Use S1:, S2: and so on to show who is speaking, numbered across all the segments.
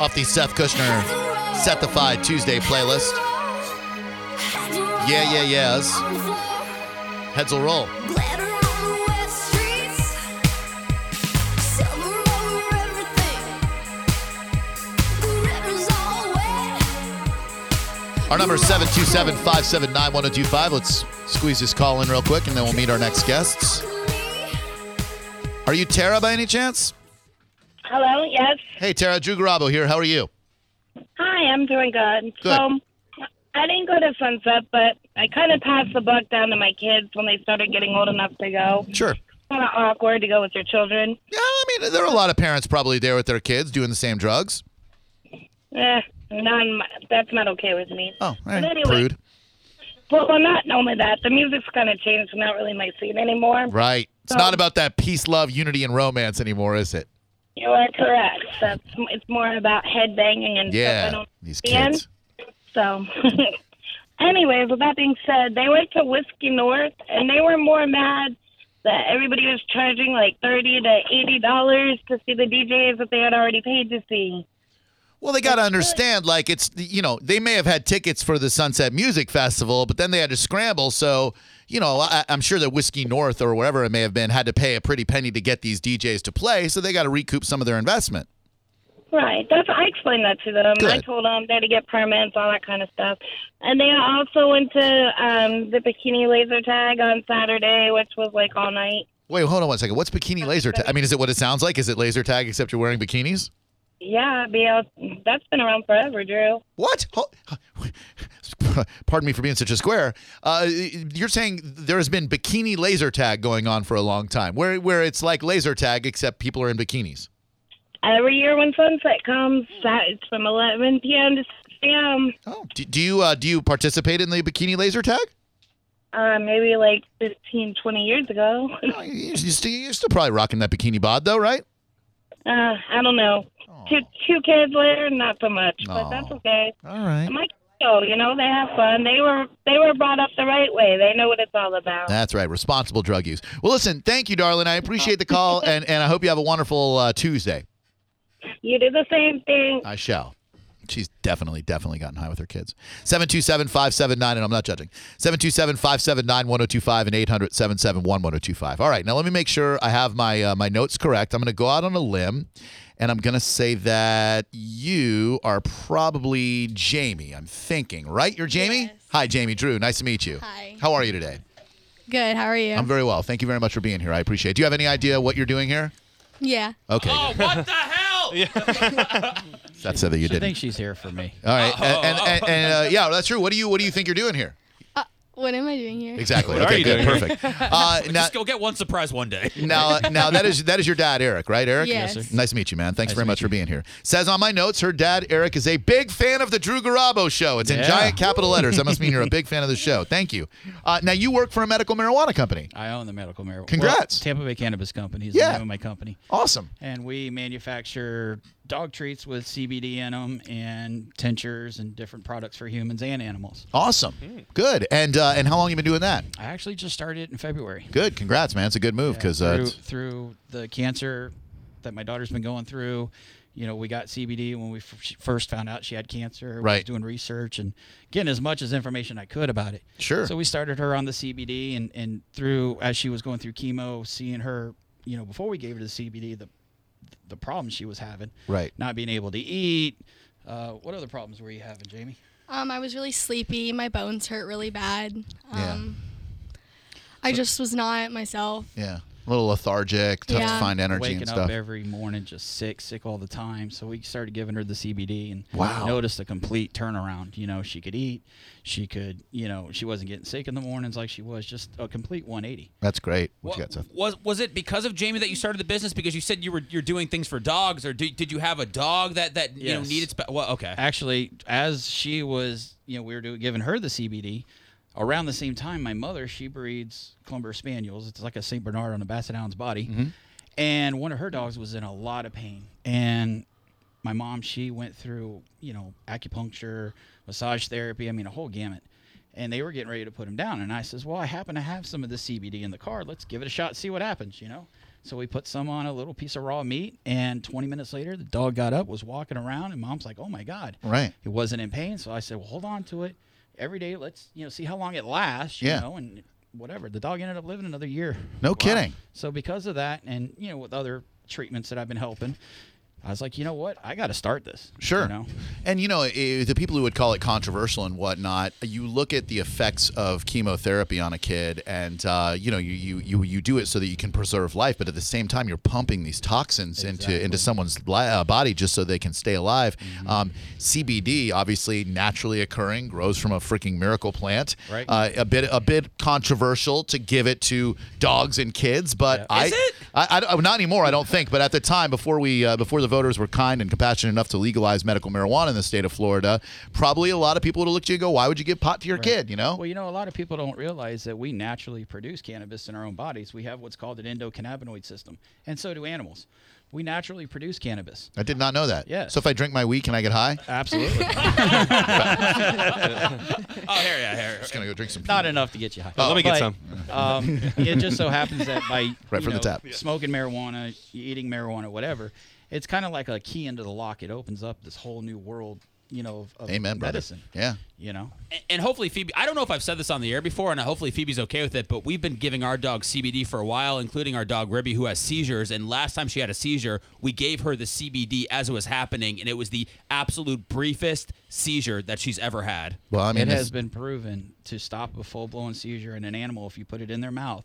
S1: off the Seth Kushner Sethified Tuesday playlist. Yeah, yeah, yes. Heads will roll. Our number is 727 579 1025. Let's squeeze this call in real quick and then we'll meet our next guests. Are you Tara by any chance?
S2: Hello, yes.
S1: Hey, Tara, Drew Garabo here. How are you?
S2: Hi, I'm doing good.
S1: Good.
S2: So, I didn't go to Sunset, but I kind of passed the buck down to my kids when they started getting old enough to go.
S1: Sure.
S2: Kind of awkward to go with your children.
S1: Yeah, I mean, there are a lot of parents probably there with their kids doing the same drugs.
S2: Eh, none, that's not okay with me.
S1: Oh,
S2: But
S1: hey,
S2: anyway,
S1: prude.
S2: Well, well, not only that, the music's kind of changed. Not really my scene anymore.
S1: Right. It's
S2: So-
S1: not about that peace, love, unity, and romance anymore, is it?
S2: You are correct. That's it's more about headbanging and stuff. I
S1: Yeah.
S2: don't
S1: These
S2: understand.
S1: kids.
S2: So, anyways, with that being said, they went to Whiskey North and they were more mad that everybody was charging like thirty to eighty dollars to see the DJs that they had already paid to see.
S1: Well, they got to understand, like, it's, you know, they may have had tickets for the Sunset Music Festival, but then they had to scramble. So, you know, I, I'm sure that Whiskey North or wherever it may have been had to pay a pretty penny to get these DJs to play. So they got to recoup some of their investment.
S2: Right. That's I explained that to them. I
S1: Good.
S2: told them they had to get permits, all that kind of stuff. And they also went to um, the bikini laser tag on Saturday, which was like all night.
S1: Wait, hold on one second. What's bikini laser tag? I mean, is it what it sounds like? Is it laser tag except you're wearing bikinis?
S2: Yeah, BL, that's been around forever, Drew.
S1: What? Ho- Pardon me for being such a square. Uh, you're saying there has been bikini laser tag going on for a long time, where where it's like laser tag except people are in bikinis.
S2: Every year when sunset comes, that it's from 11 p.m. to 6 p.m.
S1: Oh, do, do you uh, do you participate in the bikini laser tag?
S2: Uh, maybe like 15, 20 years ago.
S1: Oh, you- You're still, you're still probably rocking that bikini bod though, right?
S2: Uh, I don't know. Two, two kids later, not so much,
S1: Aw.
S2: but that's okay.
S1: All right.
S2: My kids go, you know, they have fun. They were they were brought up the right way. They know what it's all about.
S1: That's right. Responsible drug use. Well, listen, thank you, darling. I appreciate the call, and, and I hope you have a wonderful uh, Tuesday.
S2: You do the same thing.
S1: I shall. She's definitely, definitely gotten high with her kids. 727 579, and I'm not judging. 727 579 1025 and 800 771 1025. All right, now let me make sure I have my, uh, my notes correct. I'm going to go out on a limb, and I'm going to say that you are probably Jamie, I'm thinking, right? You're Jamie?
S3: Yes.
S1: Hi, Jamie Drew. Nice to meet you.
S3: Hi.
S1: How are you today?
S3: Good. How are you?
S1: I'm very well. Thank you very much for being here. I appreciate it. Do you have any idea what you're doing here?
S3: yeah.
S1: Okay.
S4: Oh, what the hell?
S1: That's so that you
S5: I
S1: didn't.
S5: think she's here for me.
S1: All right, and, and, and, and uh, yeah, that's true. What do you What do you think you're doing here?
S3: Uh, what am I doing here?
S1: Exactly.
S4: What are
S1: okay,
S4: you
S1: good.
S4: doing here?
S1: Perfect. Uh, now,
S4: Just go get one surprise one day.
S1: now, now that is that is your dad, Eric, right, Eric?
S3: Yes. Yes, sir.
S1: Nice to meet you, man. Thanks
S5: Nice
S1: very
S5: to
S1: much
S5: meet
S1: for
S5: you.
S1: being here. Says on my notes, her dad, Eric, is a big fan of the Drew Garabo show. It's in
S5: Yeah.
S1: giant capital letters. That must mean you're a big fan of the show. Thank you. Uh, now you work for a medical marijuana company.
S5: I own the medical marijuana.
S1: Congrats.
S5: Tampa Bay Cannabis Company is
S1: Yeah.
S5: the name of my company.
S1: Awesome.
S5: And we manufacture dog treats with CBD in them and tinctures and different products for humans and animals.
S1: Awesome. Good. And uh, and how long you been doing that?
S5: I actually just started it in February.
S1: Good. Congrats, man. It's a good move because uh,
S5: through,
S1: it's-
S5: through the cancer that my daughter's been going through, you know, we got CBD when we f- she first found out she had cancer. We was
S1: Right.
S5: doing research and getting as much as information I could about it.
S1: Sure.
S5: So we started her on the CBD and and through as she was going through chemo, seeing her, you know, before we gave her the CBD, the the problems she was having.
S1: Right.
S5: Not being able to eat. Uh, what other problems were you having, Jamie?
S3: Um, I was really sleepy. My bones hurt really bad.
S1: Yeah.
S3: Um, I just was not myself.
S1: yeah, a little lethargic, tough to
S3: Yeah.
S1: find energy
S5: waking
S1: and stuff.
S5: up every morning just sick, sick all the time. So we started giving her the CBD and
S1: Wow.
S5: noticed a complete turnaround. You know, she could eat, she could, you know, she wasn't getting sick in the mornings like she was. Just a complete 180.
S1: That's great. What,
S4: Wa-
S1: you got, Seth?
S4: was was it because of Jamie that you started the business? Because you said you were you're doing things for dogs, or do, did you have a dog that that you know
S5: Yes.
S4: needed? Spe- well, okay.
S5: Actually, as she was, you know, we were doing, giving her the CBD. Around the same time, my mother she breeds Clumber Spaniels. It's like a Saint Bernard on a Basset Hound's body,
S1: Mm-hmm.
S5: and one of her dogs was in a lot of pain. And my mom she went through you know acupuncture massage therapy i mean a whole gamut and they were getting ready to put him down and i says well i happen to have some of the cbd in the car let's give it a shot see what happens you know So we put some on a little piece of raw meat, and 20 minutes later, the dog got up, was walking around, and mom's like, "Oh my god!"
S1: Right.
S5: He wasn't in pain, so I said, "Well, hold on to it. Every day, let's you know see how long it lasts. You
S1: Yeah.
S5: know, and whatever." The dog ended up living another year.
S1: No kidding.
S5: So because of that, and you know, with other treatments that I've been helping, I was like, you know what, I got to start this.
S1: Sure.
S5: You know,
S1: And you know, i the people who would call it controversial and whatnot, you look at the effects of chemotherapy on a kid, and uh, you know, you, you you you do it so that you can preserve life, but at the same time, you're pumping these toxins into into someone's li- uh, body just so they can stay alive.
S5: Mm-hmm.
S1: Um, CBD, obviously naturally occurring, grows from a freaking miracle plant.
S5: Right.
S1: Uh, a bit a bit controversial to give it to dogs and kids, but I
S4: Is it?
S1: I, I- not anymore, I don't think. But at the time, before we, uh, before the voters were kind and compassionate enough to legalize medical marijuana in the state of Florida, probably a lot of people would have looked at you and go, "Why would you give pot to your kid?" You know.
S5: well, you know, a lot of people don't realize that we naturally produce cannabis in our own bodies. We have what's called an endocannabinoid system, and so do animals. We naturally produce cannabis.
S1: I did not know that.
S5: Yes.
S1: So if I drink my weed, can I get high? I'm
S5: Absolutely.
S4: Oh, here, yeah, here.
S1: just gonna go drink some.
S5: Not enough to get you high.
S1: Oh,
S5: But
S1: let
S6: me get some.
S5: Um, it just so happens that by
S1: Right
S5: you
S1: from the
S5: know,
S1: tap.
S5: smoking marijuana, eating marijuana, whatever, it's kind of like a key into the lock. It opens up this whole new world, you know, of, of
S1: Amen, brother.
S5: medicine.
S1: Yeah.
S5: You know,
S4: And- And hopefully Phoebe, I don't know if I've said this on the air before, and hopefully Phoebe's okay with it. But we've been giving our dog CBD for a while, including our dog Ribby, who has seizures. And last time she had a seizure, we gave her the CBD as it was happening, and it was the absolute briefest seizure that she's ever had.
S1: Well, I mean,
S5: it
S1: this-
S5: has been proven to stop a full blown seizure in an animal if you put it in their mouth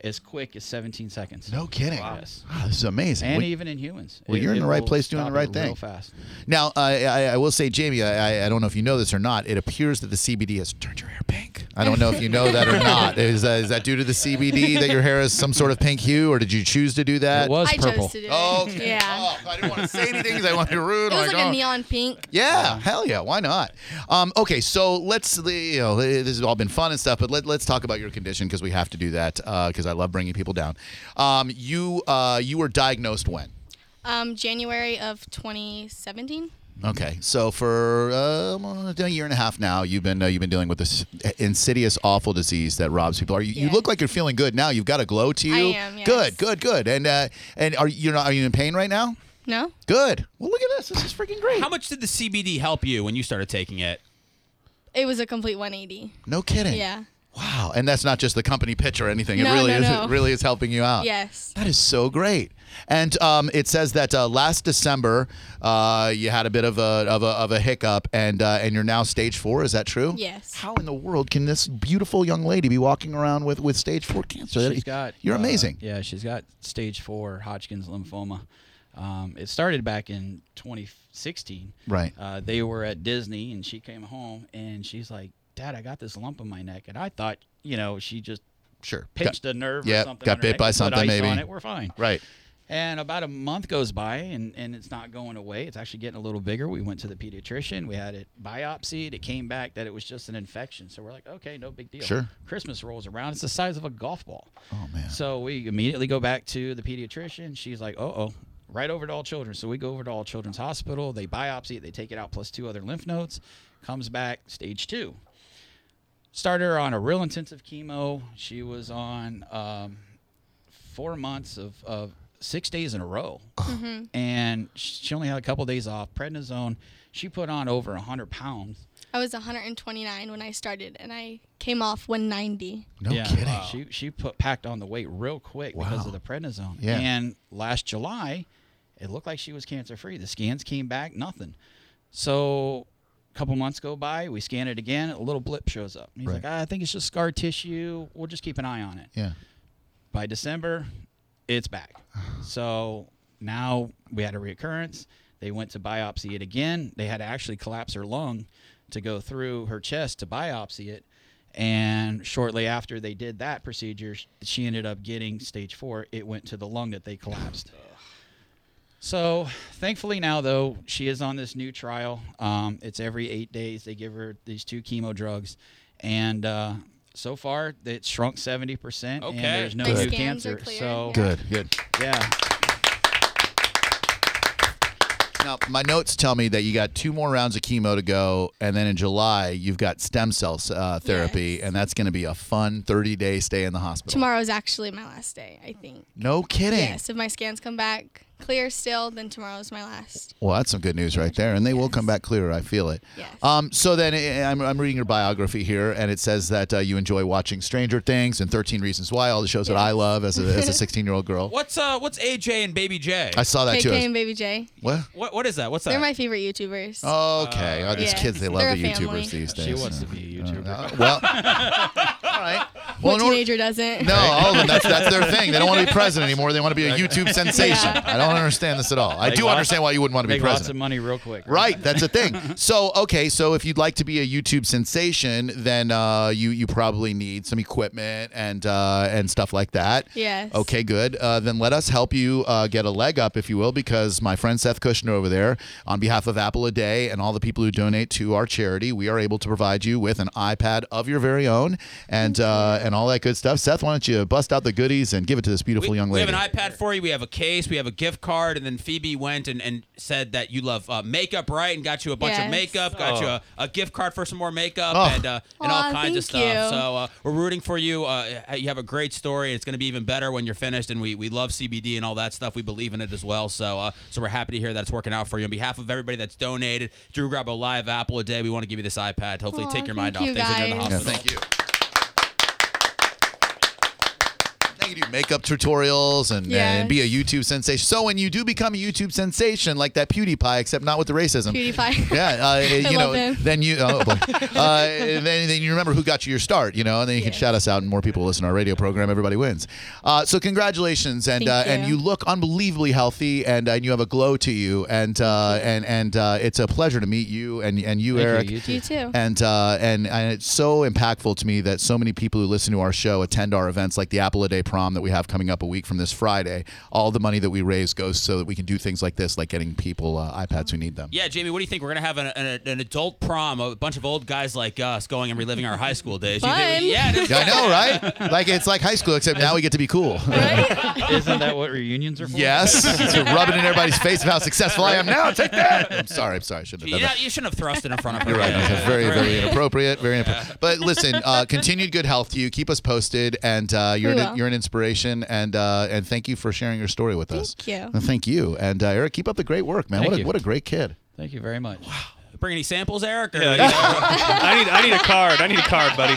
S5: as quick as 17 seconds.
S1: no kidding.
S5: Yes.
S1: Ah, this is amazing.
S5: And
S1: We-
S5: even in humans.
S1: Well, you're in the right
S5: will
S1: place doing
S5: stop
S1: the right
S5: it
S1: thing.
S5: Real fast.
S1: now, I, I, I will say, Jamie, I, I- I don't know if you know this or not. It appears that the CBD has turned your hair pink. I don't know if you know that or not. Is that, is that due to the CBD that your hair is some sort of pink hue, or did you choose to do that?
S5: It was
S3: I
S5: purple.
S3: chose to do it.
S1: Oh, okay.
S3: Yeah.
S1: Oh, I didn't want to say anything because I wanted to be rude.
S3: It
S1: I'm
S3: was like
S1: oh.
S3: a neon pink.
S1: Yeah, hell yeah, why not? Um, okay, so let's you know this has all been fun and stuff, but let, let's talk about your condition because we have to do that because I love bringing people down. Um, you uh, you were diagnosed when?
S3: Um, January of 2017.
S1: Okay, so for uh, well, a year and a half now, you've been uh, you've been dealing with this insidious, awful disease that robs people. Are you, you
S3: Yeah.
S1: look like you're feeling good now? You've got a glow to you.
S3: I am, yes.
S1: Good, good, good. And uh, and are you not? Are you in pain right now?
S3: No.
S1: Good. Well, look at this. This is freaking great.
S4: How much did the CBD help you when you started taking it?
S3: It was a complete 180.
S1: No kidding.
S3: Yeah.
S1: Wow. And that's not just the company pitch or anything. it
S3: No,
S1: really
S3: no,
S1: is
S3: no.
S1: it really is helping you out.
S3: Yes.
S1: That is so great. And um, it says that uh, last December uh, you had a bit of a of a, of a hiccup and uh, and you're now stage 4, is that true?
S3: Yes.
S1: How in the world can this beautiful young lady be walking around with, with stage 4 cancer? That- e-
S5: She's got.
S1: You're
S5: uh,
S1: amazing.
S5: Yeah, she's got stage four Hodgkin's lymphoma. Um, it started back in 2016.
S1: Right.
S5: Uh, they were at Disney, and she came home, and she's like, "Dad, I got this lump on my neck," and I thought, you know, she just
S1: Sure.
S5: pinched
S1: Got-
S5: a nerve.
S1: yeah,
S5: or something
S1: got
S5: on her
S1: bit
S5: neck
S1: by
S5: and put
S1: something,
S5: ice
S1: maybe.
S5: On it, we're fine.
S1: Right.
S5: And about a month goes by, and, and it's not going away. It's actually getting a little bigger. We went to the pediatrician. We had it biopsied. It came back that it was just an infection. So we're like, okay, no big deal.
S1: Sure.
S5: Christmas rolls around. It's the size of a golf ball.
S1: Oh man.
S5: So we immediately go back to the pediatrician. She's like, uh oh, right over to all children. So we go over to all children's hospital. They biopsy it, they take it out plus two other lymph nodes, comes back stage two. Started her on a real intensive chemo. She was on um, four months of, of six days in a row. And she only had a couple days off. Prednisone, she put on over 100 pounds.
S3: I was 129 when I started, and I came off 190.
S1: No kidding.
S5: She she put packed on the weight real quick because
S1: Wow.
S5: of the prednisone.
S1: Yeah.
S5: And last July, it looked like she was cancer free. The scans came back nothing. So a couple months go by, we scan it again, a little blip shows up. And he's
S1: Right.
S5: like, "Ah, I think it's just scar tissue. We'll just keep an eye on it.
S1: Yeah.
S5: By December, it's back. so now we had a reoccurrence. They went to biopsy it again. They had to actually collapse her lung to go through her chest to biopsy it. And shortly after they did that procedure, sh- she ended up getting stage four. It went to the lung that they collapsed. So thankfully now, though, she is on this new trial. Um, it's every eight days. They give her these two chemo drugs. And uh, so far, it's shrunk 70%.
S4: Okay.
S5: And there's no
S3: My
S5: new
S3: scans are
S5: cancer.
S3: clear,
S5: So,
S3: yeah.
S1: Good. Good.
S5: yeah.
S1: Now, my notes tell me that you got two more rounds of chemo to go, and then in July you've got stem cell uh, therapy,
S3: Yes.
S1: and that's going to be a fun 30-day stay in the hospital.
S3: Tomorrow is actually my last day, I think.
S1: No kidding.
S3: Yes, if my scans come back clear still, then tomorrow is my last.
S1: Well, that's some good news right there, and they will come back clearer. I feel it.
S3: Yes.
S1: Um, so then eh, I'm, I'm reading your biography here, and it says that uh, you enjoy watching Stranger Things and 13 Reasons Why, all the shows that I love as a, as a 16 year old girl.
S4: What's uh what's AJ and Baby J?
S1: I saw that
S3: KK
S1: too. I was-
S3: and Baby J.
S1: What?
S4: What what is that? What's
S3: They're
S4: that?
S3: my favorite YouTubers.
S1: Okay. Oh, these
S3: Yeah.
S1: kids, they love
S3: They're
S1: the
S3: a
S1: YouTubers
S3: family.
S1: these days.
S5: Uh, She wants to be a YouTuber.
S1: Uh, well, all right. Well,
S3: what
S1: in order-
S3: teenager doesn't?
S1: No, all of them. That's, that's their thing. They don't want to be president anymore. They want to be a YouTube sensation.
S3: Yeah.
S1: I don't understand this at all. I
S5: Make
S1: do
S5: lots-
S1: understand why you wouldn't want to be
S5: Make lots of
S1: president.
S5: money real quick.
S1: Right, that's a thing. So, okay, so if you'd like to be a YouTube sensation, then uh, you you probably need some equipment and uh, and stuff like that.
S3: Yes.
S1: Okay, good. Uh, then let us help you uh, get a leg up, if you will, because my friend Seth Kushner over there, on behalf of Apple a Day and all the people who donate to our charity, we are able to provide you with an iPad of your very own and uh, and all that good stuff. Seth, why don't you bust out the goodies and give it to this beautiful
S4: we,
S1: young
S4: we
S1: lady?
S4: have an iPad for you. We have a case. We have a gift card. And then Phoebe went and, and said that you love uh, makeup, right? And got you a bunch of
S3: Yes.
S4: makeup. Got you a, a gift card for some more makeup
S1: Oh.
S4: and uh, and all
S3: Aw,
S4: kinds of stuff.
S3: thank you.
S4: So uh, we're rooting for you. Uh, you have a great story. It's going to be even better when you're finished. And we, we love CBD and all that stuff. We believe in it as well. So uh, so we're happy to hear that it's working out for you. On behalf of everybody that's donated, Drew Grabo Live, Apple a Day. We want to give you this iPad. Hopefully,
S3: Aw,
S4: take your mind
S3: thank
S4: off
S3: you,
S4: things when you're in the
S3: guys.
S1: yeah,
S4: hospital.
S1: thank you. Now you do makeup tutorials and, and
S3: Yes.
S1: be a YouTube sensation. So when you do become a YouTube sensation, like that PewDiePie, except not with the racism.
S3: PewDiePie.
S1: Yeah, uh, you know,
S3: love him.
S1: then you, oh boy, uh, then then you remember who got you your start, you know, and then you can
S3: Yes.
S1: shout us out, and more people will listen to our radio program. Everybody wins. Uh, so congratulations, and uh,
S3: Thank
S1: and you
S3: you.
S1: look unbelievably healthy, and uh, and you have a glow to you, and uh, and and uh, it's a pleasure to meet you, and and you,
S5: Thank you,
S1: Eric.
S5: you too.
S3: You too.
S1: And, uh, and and it's so impactful to me that so many people who listen to our show attend our events like the Apple a Day prom that we have coming up a week from this Friday. All the money that we raise goes so that we can do things like this, like getting people uh, iPads who need them.
S4: Yeah, Jamie, what do you think? We're gonna have an, an, an adult prom, a bunch of old guys like us going and reliving our high school days. You think-
S3: Fun.
S4: yeah, it is
S1: Yeah, I know, right? Like it's like high school, except now we get to be cool.
S3: Right?
S5: Isn't that what reunions are for?
S1: Yes, so rubbing it in everybody's face of how successful I am now. Take that. I'm sorry. I'm sorry. I shouldn't
S4: You,
S1: have
S4: know,
S1: done that.
S4: you shouldn't have thrust it in front of her.
S1: You're right.
S4: Yeah,
S1: That's
S4: yeah,
S1: very,
S4: yeah.
S1: very inappropriate. Very inappropriate. But listen, uh, continued good health to you. Keep us posted, and uh, you're
S3: We
S1: an,
S3: will.
S1: you're an inspiration. And uh, and thank you for sharing your story with us.
S3: Thank you.
S1: And thank you. And uh, Eric, keep up the great work, man.
S5: Thank
S1: what a
S5: you.
S1: what a great kid.
S5: Thank you very much.
S4: Bring any samples, Eric? Or,
S6: I need I need a card. I need a card, buddy.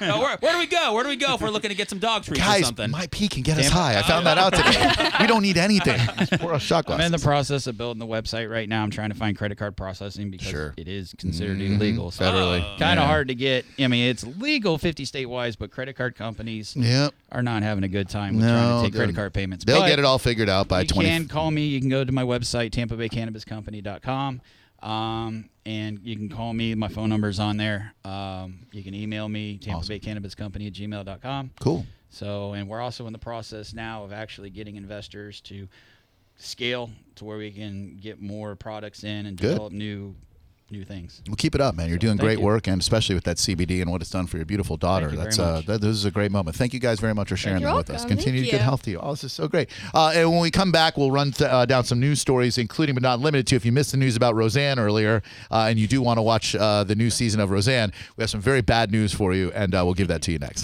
S4: No, where, where do we go? Where do we go if we're looking to get some dog treats or
S1: Guys,
S4: something?
S1: my pee can get us
S5: Damn it.
S1: high. I found that out today. we don't need anything. Just pour us shot
S5: I'm in the
S1: glasses.
S5: process of building the website right now. I'm trying to find credit card processing because
S1: Sure. Mm-hmm.
S5: it is considered illegal. So
S1: Federally.
S5: kind
S1: Yeah.
S5: of hard to get. I mean, it's legal 50 state wise, but credit card companies
S1: Yep.
S5: are not having a good time with
S1: No,
S5: trying to take
S1: they'll-
S5: credit card payments.
S1: They'll
S5: But
S1: get it all figured out by
S5: You
S1: 20.
S5: can call me. You can go to my website, tampabaycannabiscompany.com. Um, and you can call me. My phone number's on there. Um, you can email me, tampabaycannabiscompany at gmail.com.
S1: Cool.
S5: So, and we're also in the process now of actually getting investors to scale to where we can get more products in and
S1: Good.
S5: develop new new things.
S1: Well, keep it up, man. You're doing
S5: thank
S1: great
S5: you.
S1: work, and especially with that CBD and what it's done for your beautiful daughter.
S5: you very
S1: That's uh,
S5: much.
S1: that, this is a great moment. Thank you guys very much for sharing
S3: you.
S1: them
S3: You're
S1: with us.
S3: welcome.
S1: Continue
S3: Thank
S1: good
S3: you.
S1: health to you. Oh, this is so great. Uh, and when we come back, we'll run th- uh, down some news stories, including but not limited to. If you missed the news about Roseanne earlier, uh, and you do want to watch uh, the new season of Roseanne, we have some very bad news for you, and uh, we'll give that to you next.